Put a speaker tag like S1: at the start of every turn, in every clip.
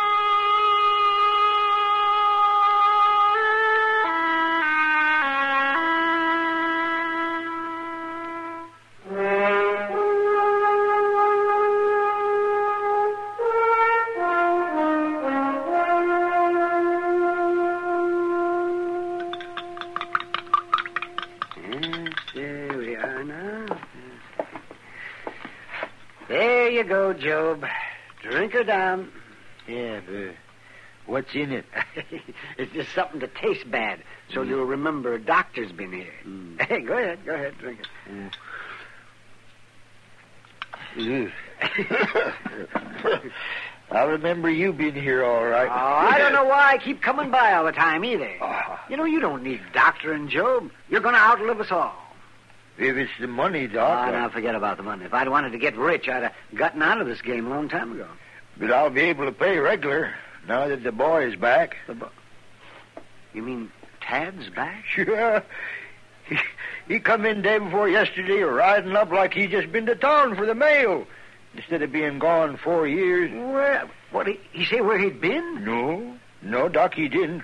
S1: Yes, there we are now. There you go, Job. Drink her down. Yeah, but what's in it? Mm. it's just something to taste bad, so you'll remember a doctor's been here. Hey, go ahead, go ahead, drink it.
S2: I remember you being here all right.
S1: Oh, I don't know why I keep coming by all the time either. You know, you don't need doctoring, Job. You're going to outlive us all.
S2: If it's the money,
S1: Ah,
S2: Doc, I-
S1: now forget about the money. If I'd wanted to get rich, I'd have gotten out of this game a long time ago.
S2: but I'll be able to pay regular now that the boy is back.
S1: You mean Tad's back?
S2: Sure. He, he come in day before yesterday riding up like he just been to town for the mail instead of being gone four years.
S1: Where? What? He, he say where he'd been?
S2: No, no, Doc, he didn't.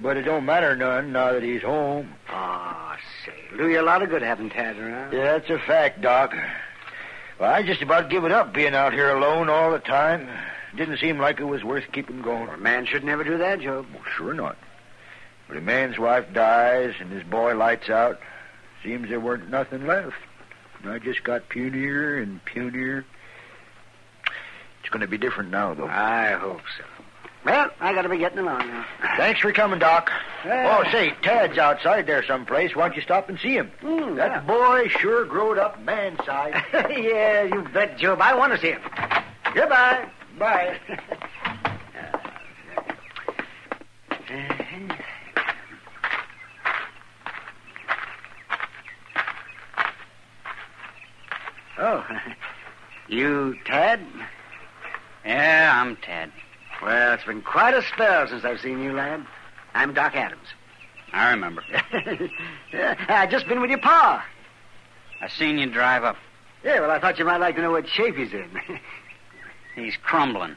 S2: But it don't matter none now that he's home.
S1: Ah, say, do you a lot of good having Tad around.
S2: Yeah, that's a fact, Doc. Well, I just about given up being out here alone all the time. Didn't seem like it was worth keeping going.
S1: A man should never do that, Job.
S2: Well, Oh, sure not. But a man's wife dies and his boy lights out. Seems there weren't nothing left. And I just got punier and punier. It's going to be different now, though.
S1: I hope so. Well, I got to be getting along now.
S3: Ah.
S2: Thanks for coming, Doc.
S1: Yeah.
S2: Oh, say, Tad's outside there someplace. Why don't you stop and see him?
S3: Hmm,
S1: Mm,
S2: That boy sure growed up man size.
S1: yeah. yeah, you bet, Job. I want to see him. Goodbye.
S2: Bye.
S1: Oh, you Tad?
S4: Yeah, I'm Tad.
S1: Well, it's been quite a spell since I've seen you, lad. I'm Doc Adams.
S4: I remember.
S1: yeah, I just been with your pa.
S4: I seen you drive up.
S1: Yeah, well, I thought you might like to know what shape he's in.
S4: He's crumbling,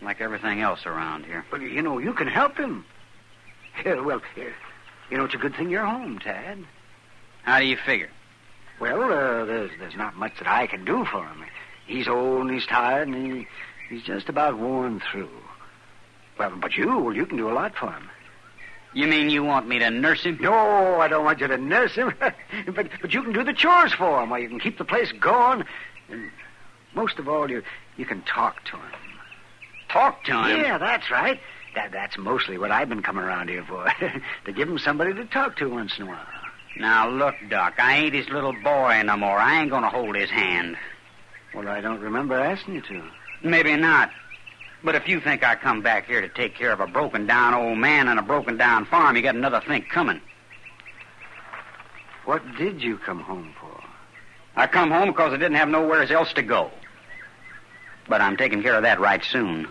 S4: like everything else around here.
S1: well, you know, you can help him. Yeah, well, yeah, you know, it's a good thing you're home, Tad.
S4: How do you figure?
S1: Well, uh, there's there's not much that I can do for him. He's old and he's tired and he he's just about worn through. Well, but you, well, you can do a lot for him.
S4: You mean you want me to nurse him?
S1: No, I don't want you to nurse him, but but you can do the chores for him, or you can keep the place going, and most of all, you you can talk to him.
S4: Talk to him.
S1: Yeah, that's right. That that's mostly what I've been coming around here for, to give him somebody to talk to once in a while.
S4: Now look, Doc, I ain't his little boy no more. I ain't gonna hold his hand.
S1: Well, I don't remember asking you to.
S4: Maybe not. But if you think I come back here to take care of a broken down old man and a broken down farm, you got another think coming.
S1: What did you come home for?
S4: I come home because I didn't have nowhere else to go. But I'm taking care of that right soon.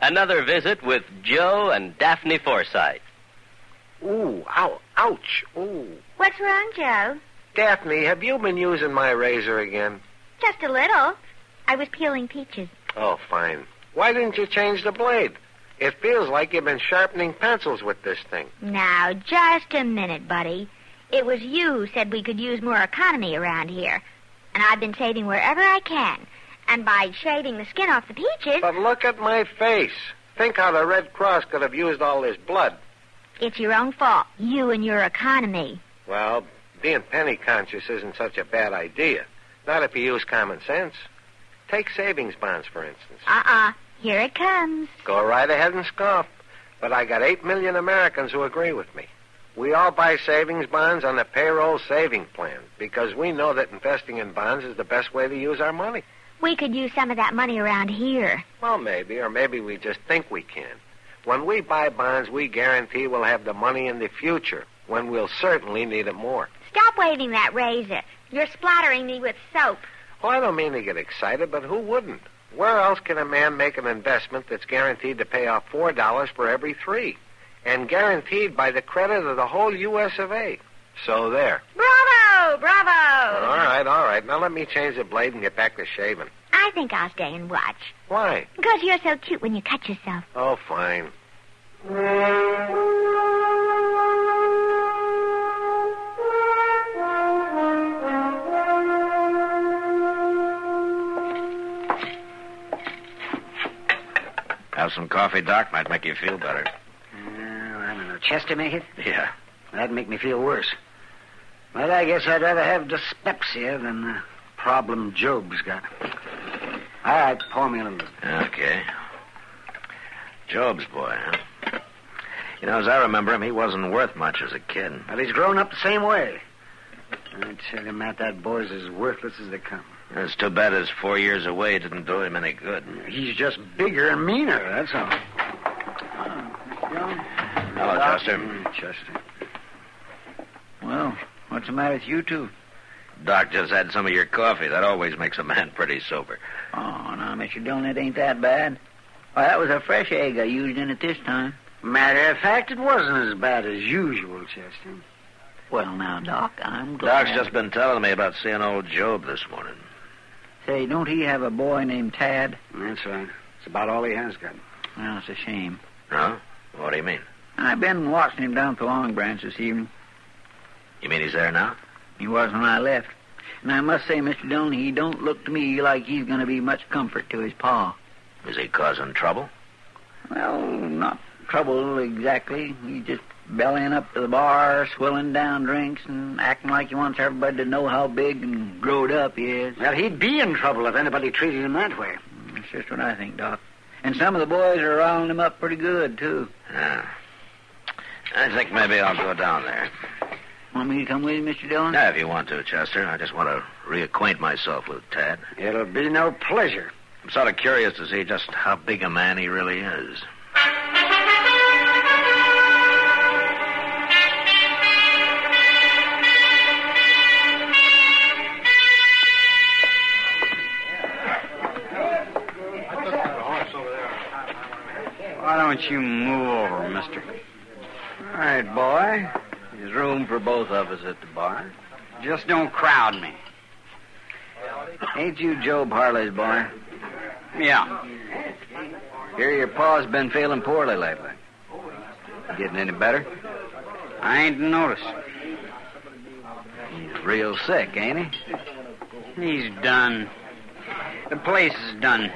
S5: Another visit with Joe and Daphne Forsythe.
S3: Ooh, ow, ouch. Ooh.
S6: What's wrong, Joe?
S3: Daphne, have you been using my razor again?
S6: Just a little. I was peeling peaches.
S3: Oh, fine. Why didn't you change the blade? It feels like you've been sharpening pencils with this thing.
S6: Now, just a minute, buddy. It was you said we could use more economy around here. And I've been saving wherever I can. And by shaving the skin off the peaches,
S3: But look at my face. Think how the Red Cross could have used all this blood.
S6: it's your own fault. You and your economy.
S3: Well, being penny conscious isn't such a bad idea. Not if you use common sense. Take savings bonds, for instance.
S6: Uh-uh. Here it comes.
S3: Go right ahead and scoff. But I got eight million Americans who agree with me. We all buy savings bonds on the payroll saving plan because we know that investing in bonds is the best way to use our money.
S6: We could use some of that money around here.
S3: Well, maybe, or maybe we just think we can. When we buy bonds, we guarantee we'll have the money in the future when we'll certainly need it more.
S6: Stop waving that razor. You're splattering me with soap.
S3: Oh, I don't mean to get excited, but who wouldn't? Where else can a man make an investment that's guaranteed to pay off four dollars for every three, and guaranteed by the credit of the whole U.S. of A? So there.
S6: Bravo! Bravo!
S3: All right, all right. Now let me change the blade and get back to shaving.
S6: I think I'll stay and watch.
S3: Why?
S6: Because you're so cute when you cut yourself.
S3: Oh, fine.
S7: Have some coffee, Doc. Might make you feel better.
S2: Well, I don't know. Chester make it?
S7: Yeah.
S2: That'd make me feel worse. Well, I guess I'd rather have dyspepsia than the problem Job's got. All right, pour me a little.
S7: Okay. Job's boy, huh? You know, as I remember him, he wasn't worth much as a kid.
S2: Well, he's grown up the same way. I tell you, Matt, that boy's as worthless as they come.
S7: It's too bad his four years away didn't do him any good.
S2: He's just bigger and meaner, that's all. Hello,
S7: Chester.
S2: Chester. Well, what's the matter with you two?
S7: Doc just had some of your coffee. That always makes a man pretty sober.
S2: Oh, no, Mr. Dillon, it ain't that bad. Well, that was a fresh egg I used in it this time. Matter of fact, it wasn't as bad as usual, Chester. Well, now, Doc, I'm
S7: Doc's just been telling me about seeing old Job this morning.
S2: Say, don't he have a boy named Tad? That's right. It's about all he has got. Well, it's a shame.
S7: No? What do you mean?
S2: I've been watching him down at the Long Branch this evening.
S7: You mean he's there now?
S2: He was when I left. And I must say, Mr. Dillon, he don't look to me like he's going to be much comfort to his pa.
S7: Is he causing trouble?
S2: Well, not trouble exactly. He's just bellying up to the bar, swilling down drinks, and acting like he wants everybody to know how big and growed up he is. Well, he'd be in trouble if anybody treated him that way. That's just what I think, Doc. And some of the boys are riling him up pretty good, too.
S7: Yeah. I think maybe I'll go down there.
S2: Want me to come with you, Mr. Dillon?
S7: Yeah, if you want to, Chester. I just want to reacquaint myself with Tad.
S2: It'll be no pleasure.
S7: I'm sort of curious to see just how big a man he really is.
S4: Why don't you move over, mister?
S2: All right, boy. There's room for both of us at the bar.
S4: Just don't crowd me.
S2: Ain't you Job Harley's boy?
S4: Yeah.
S2: Here, your pa's been feeling poorly lately. Getting any better?
S4: I ain't noticed.
S2: He's real sick, ain't he?
S4: He's done. The place is done.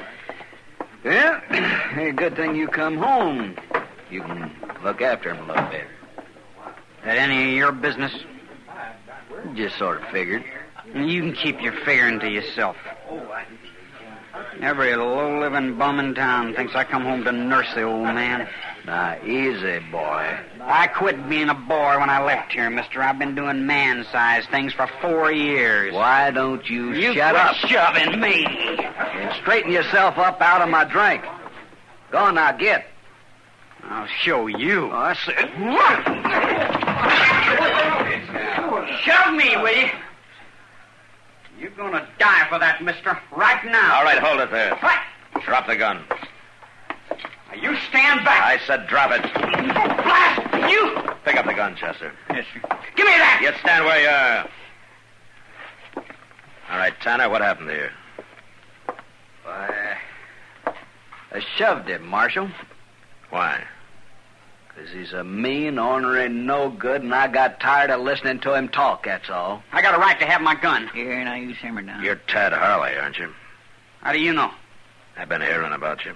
S2: Yeah. Hey, good thing you come home. You can look after him a little bit.
S4: That any of your business?
S2: Just sort of figured.
S4: You can keep your figuring to yourself. Every low living bum in town thinks I come home to nurse the old man.
S2: Now, easy, boy.
S4: I quit being a boy when I left here, mister. I've been doing man sized things for four years.
S2: Why don't you,
S4: You
S2: shut
S4: quit
S2: up
S4: shoving me.
S2: and straighten yourself up out of my drink? Go on now, get.
S4: I'll show you.
S2: Oh, I said.
S4: Shove me, will you? You're gonna die for that, mister. Right now.
S7: All right, hold it there.
S4: What?
S7: Drop the gun.
S4: Now You stand back. Oh,
S7: I said drop it.
S4: Blast you!
S7: Pick up the gun, Chester.
S4: Yes, sir. Give me that!
S7: You stand where you are. All right, Tanner, what happened here?
S2: Why, I shoved him, Marshal.
S7: Why?
S4: Because he's a mean, ornery, no good, and I got tired of listening to him talk, that's all. I got a right to have my gun.
S2: Here, now you simmer down.
S7: You're Tad Harley, aren't you?
S4: How do you know?
S7: I've been hearing about you.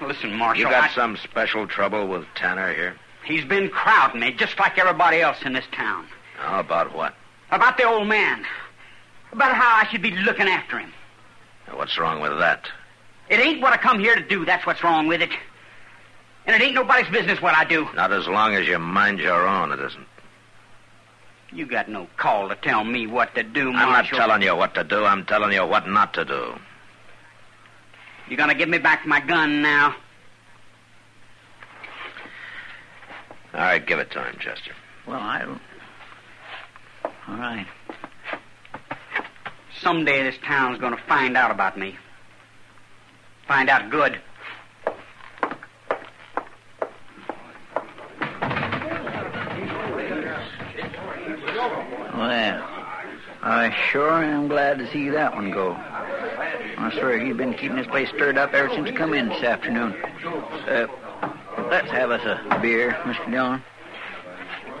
S4: Listen, Marshal.
S7: You got
S4: I-
S7: some special trouble with Tanner here?
S4: He's been crowding me just like everybody else in this town.
S7: How about what?
S4: About the old man. About how I should be looking after him.
S7: What's wrong with that?
S4: It ain't what I come here to do. That's what's wrong with it. And it ain't nobody's business what I do.
S7: Not as long as you mind your own, it isn't.
S4: You got no call to tell me what to do,
S7: I'm not
S4: Marshal.
S7: telling you what to do. I'm telling you what not to do.
S4: You're gonna give me back my gun now.
S7: All right, give it to him, Chester.
S2: Well, I don't. All right.
S4: Someday this town's gonna find out about me. Find out good.
S2: Well, I sure am glad to see that one go. I swear he's been keeping this place stirred up ever since he come in this afternoon. Uh, let's have us a beer, Mr. Dillon.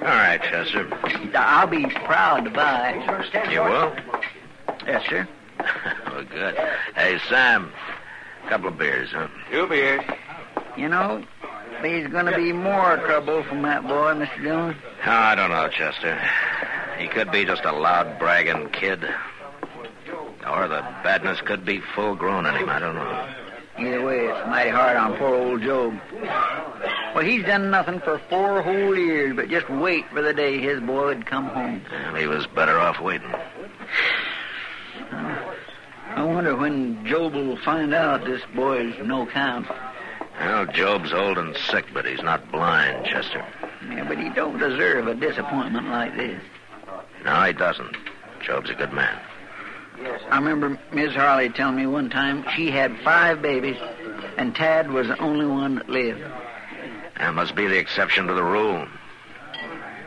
S7: All right, Chester.
S2: I'll be proud to buy.
S7: You will?
S2: Yes, sir.
S7: well, good. Hey, Sam. Couple of beers, huh?
S8: Two beers.
S2: You know, there's going to be more trouble from that boy, Mr. Dillon.
S7: Oh, I don't know, Chester. He could be just a loud, bragging kid. Or the badness could be full grown in him. I don't know.
S2: Either way, it's mighty hard on poor old Job. Well, he's done nothing for four whole years but just wait for the day his boy would come home.
S7: Well, he was better off waiting.
S2: I wonder when Job will find out this boy's no count.
S7: Well, Job's old and sick, but he's not blind, Chester.
S2: Yeah, but he don't deserve a disappointment like this.
S7: No, he doesn't. Job's a good man.
S2: I remember Miss Harley telling me one time she had five babies, and Tad was the only one that lived.
S7: That must be the exception to the rule.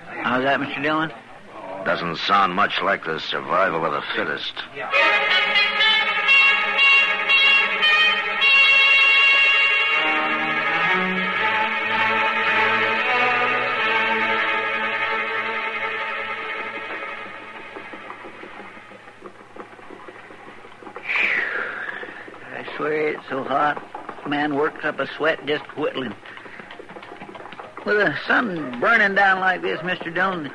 S2: How's that, Mr. Dillon?
S7: Doesn't sound much like the survival of the fittest.
S2: I swear it's so hot. Man works up a sweat just whittling. With the sun burning down like this, Mr. Dillon,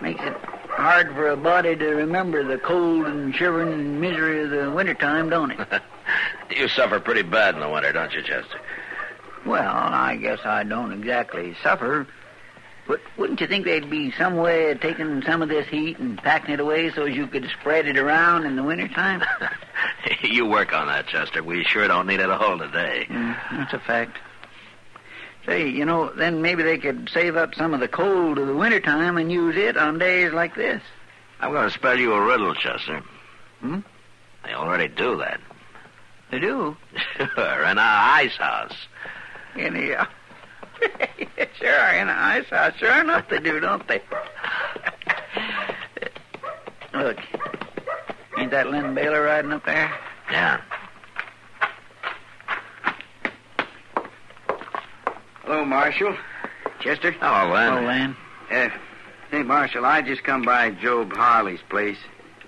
S2: makes it hard for a body to remember the cold and shivering and misery of the wintertime, don't it?
S7: You suffer pretty bad in the winter, don't you, Chester?
S2: Well, I guess I don't exactly suffer. But wouldn't you think there'd be some way of taking some of this heat and packing it away so as you could spread it around in the wintertime?
S7: you work on that, Chester. We sure don't need it all today.
S2: Mm, that's a fact. Say, you know, then maybe they could save up some of the cold of the wintertime and use it on days like this.
S7: I'm going to spell you a riddle, Chester.
S2: Hmm?
S7: They already do that.
S2: They do.
S7: Sure, in our ice house.
S2: In the, sure, in the ice house. Sure enough they do, don't they? Look, ain't that Lynn Baylor riding up there?
S7: Yeah.
S2: Hello, Marshal. Chester?
S7: Hello, Len.
S2: Hello, Lynn.
S4: Uh, hey, Marshal, I just come by Job Harley's place.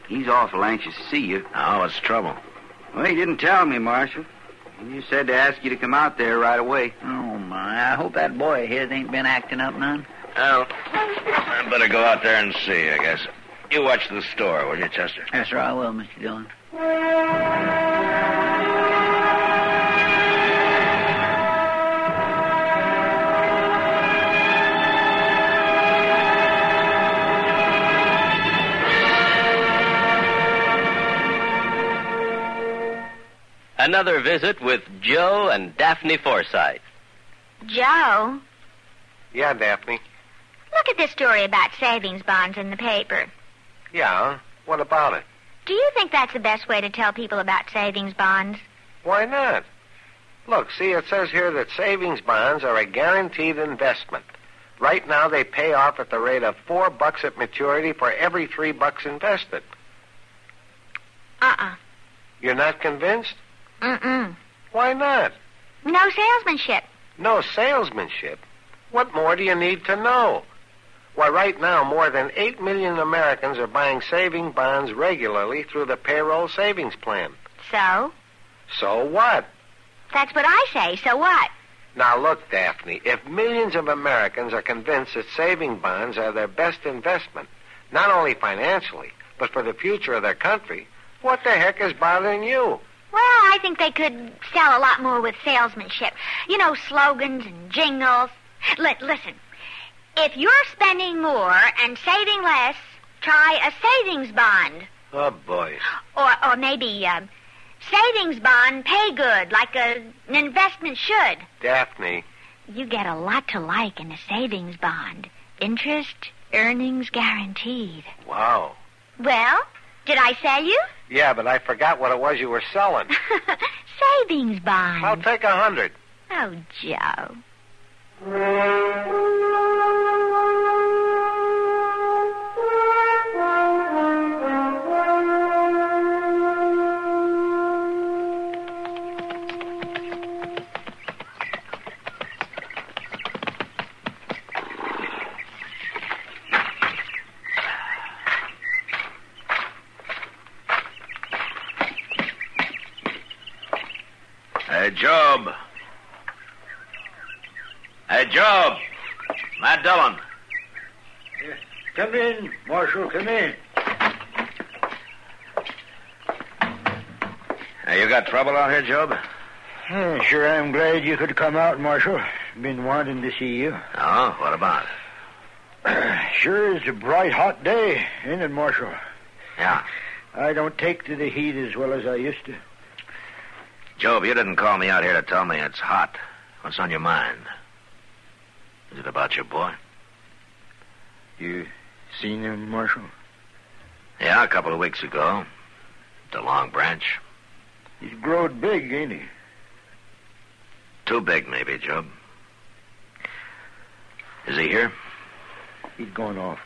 S4: He's awful anxious to see you.
S7: Oh, what's the trouble?
S4: Well, he didn't tell me, Marshal. He just said to ask you to come out there right away.
S2: Oh, my. I hope that boy of his ain't been acting up none.
S7: Well, I better go out there and see, I guess. You watch the store, will you, Chester?
S2: Yes, sir, I will, Mr. Dillon.
S9: Another visit with Joe and Daphne Forsythe.
S6: Joe,
S3: Yeah, Daphne.
S6: look at this story about savings bonds in the paper.
S3: Yeah? What about it?
S6: Do you think that's the best way to tell people about savings bonds?
S3: Why not? Look, see, it says here that savings bonds are a guaranteed investment. Right now, they pay off at the rate of four bucks at maturity for every three bucks invested.
S6: Uh-uh.
S3: You're not convinced?
S6: Mm-mm.
S3: Why not?
S6: No salesmanship.
S3: No salesmanship. What more do you need to know? Why, right now, more than 8 million Americans are buying saving bonds regularly through the payroll savings plan.
S6: So?
S3: So what?
S6: That's what I say. So what?
S3: Now, look, Daphne, if millions of Americans are convinced that saving bonds are their best investment, not only financially, but for the future of their country, what the heck is bothering you?
S6: Well, I think they could sell a lot more with salesmanship. You know, slogans and jingles. Li- listen, if you're spending more and saving less, try a savings bond.
S3: Oh, boy.
S6: Or, or maybe um savings bond pay good, like a, an investment should.
S3: Daphne,
S6: You get a lot to like in a savings bond. Interest, earnings guaranteed.
S3: wow.
S6: Well, did I sell you?
S3: Yeah, but I forgot what it was you were selling.
S6: savings bond.
S3: I'll take a hundred.
S6: Oh, Joe.
S10: Hey, Job. Hey, Job. Matt Dillon.
S2: Come in, Marshal, come in.
S10: Hey, you got trouble out here, Job?
S2: Hmm, sure, I'm glad you could come out, Marshal. Been wanting to see you.
S10: Oh, what about? it?
S2: sure is a bright, hot day, ain't it, Marshal?
S10: Yeah.
S2: I don't take to the heat as well as I used to.
S10: Job, you didn't call me out here to tell me it's hot. What's on your mind? Is it about your boy?
S2: You seen him, Marshal?
S10: Yeah, a couple of weeks ago. To Long Branch.
S2: He's growed big, ain't he?
S10: Too big, maybe, Job. Is he here?
S2: He's gone off.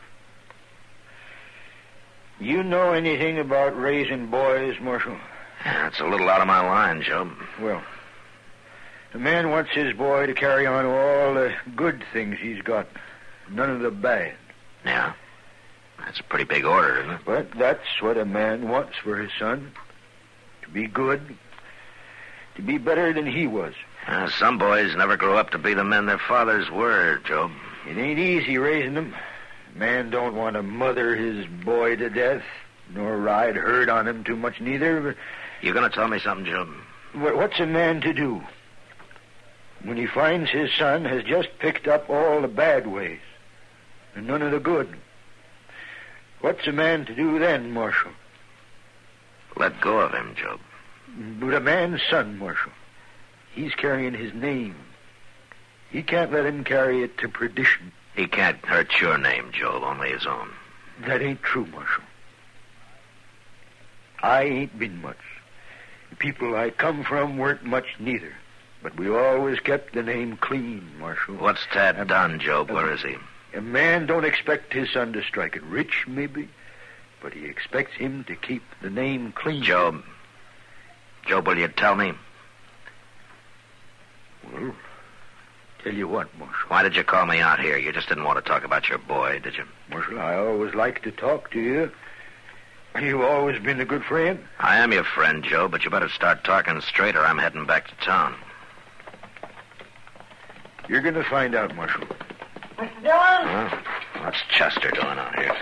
S2: You know anything about raising boys, Marshal?
S10: Yeah, it's a little out of my line, Job.
S2: Well, the man wants his boy to carry on all the good things he's got, none of the bad.
S10: Yeah. That's a pretty big order, isn't it?
S2: But that's what a man wants for his son to be good, to be better than he was.
S10: Uh, some boys never grow up to be the men their fathers were, Job.
S2: It ain't easy raising them. Man don't want to mother his boy to death, nor ride herd on him too much neither.
S10: You gonna tell me something, Job?
S2: But what's a man to do when he finds his son has just picked up all the bad ways and none of the good? What's a man to do then, Marshal?
S10: Let go of him, Job.
S2: But a man's son, Marshal, he's carrying his name. He can't let him carry it to perdition.
S10: He can't hurt your name, Job, only his own.
S2: That ain't true, Marshal. I ain't been much. The people I come from weren't much neither. But we always kept the name clean, Marshal.
S10: What's Tad
S2: Um,
S10: done, Job?
S2: um,
S10: Where is he?
S2: A man don't expect his son to strike it rich, maybe, but he expects him to keep the name clean.
S10: Job. Job, will you tell me?
S2: Well, tell you what, Marshal.
S10: Why did you call me out here? You just didn't want to talk about your boy, did you?
S2: Marshal, I always like to talk to you. You've always been a good friend.
S10: I am your friend, Joe, but you better start talking straight or I'm heading back to town.
S2: You're going to find out, Marshal.
S11: Mr. Dillon?
S10: Huh? What's Chester doing out here?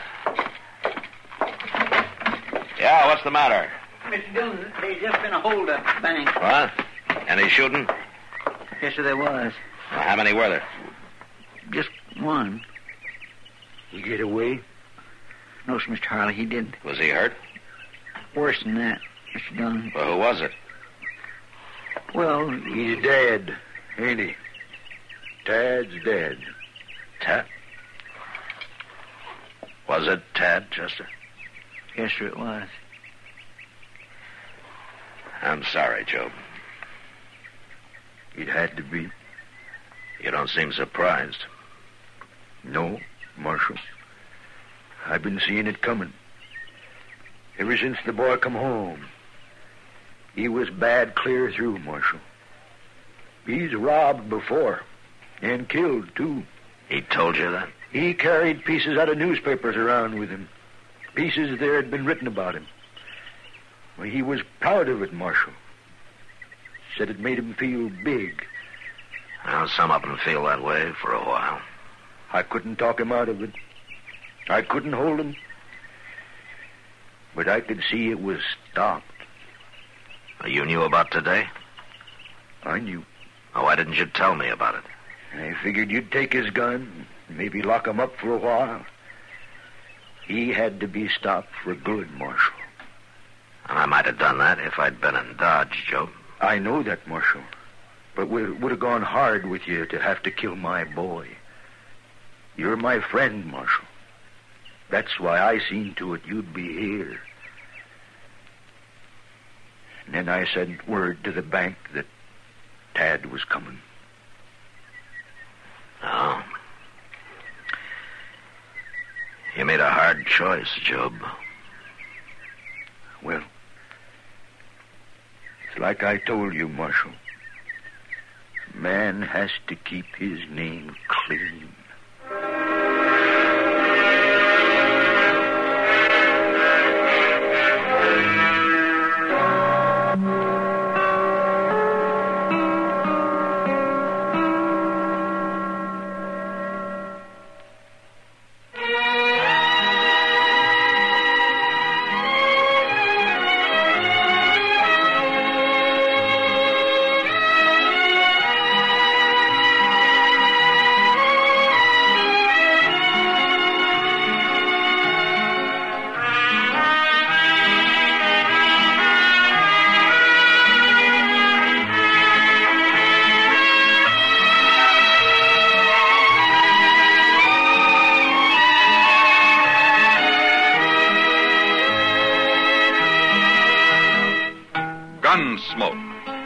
S10: Yeah, what's the matter?
S11: Mr. Dillon, there's just been a holdup at the bank.
S10: What? Any shooting? Well,
S11: Yes, sir, there was.
S10: how many were there?
S11: Just one.
S2: You get away?
S11: No, sir, Mr. Harley, he didn't.
S10: Was he hurt?
S11: Worse than that, Mr. Dillon.
S10: Well, who was it?
S11: Well,
S2: He's dead, ain't he? Tad's dead.
S10: Tad. Was it Tad, Chester?
S11: yes, sir, it was.
S10: I'm sorry, Job.
S2: It had to be.
S10: You don't seem surprised.
S2: No, Marshal. I've been seeing it coming. Ever since the boy come home. He was bad clear through, Marshal. He's robbed before. And killed, too.
S10: He told you that?
S2: He carried pieces out of newspapers around with him. Pieces there had been written about him. Well, he was proud of it, Marshal. Said it made him feel big.
S10: Well, some of them feel that way for a while.
S2: I couldn't talk him out of it. I couldn't hold him. But I could see it was stopped.
S10: You knew about today?
S2: I knew.
S10: Oh, why didn't you tell me about it?
S2: I figured you'd take his gun, maybe lock him up for a while. He had to be stopped for good, Marshal.
S10: And I might have done that if I'd been in Dodge, Joe.
S2: I know that, Marshal. But it would have gone hard with you to have to kill my boy. You're my friend, Marshal. That's why I seen to it you'd be here. And then I sent word to the bank that Tad was coming.
S10: Oh. You made a hard choice, Job.
S2: Well, it's like I told you, Marshal. Man has to keep his name clean.
S7: Gunsmoke.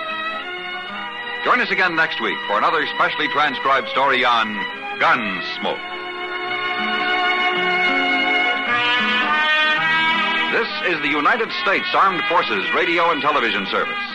S7: Join us again next week for another specially transcribed story on Gunsmoke. This is the United States Armed Forces Radio and Television Service.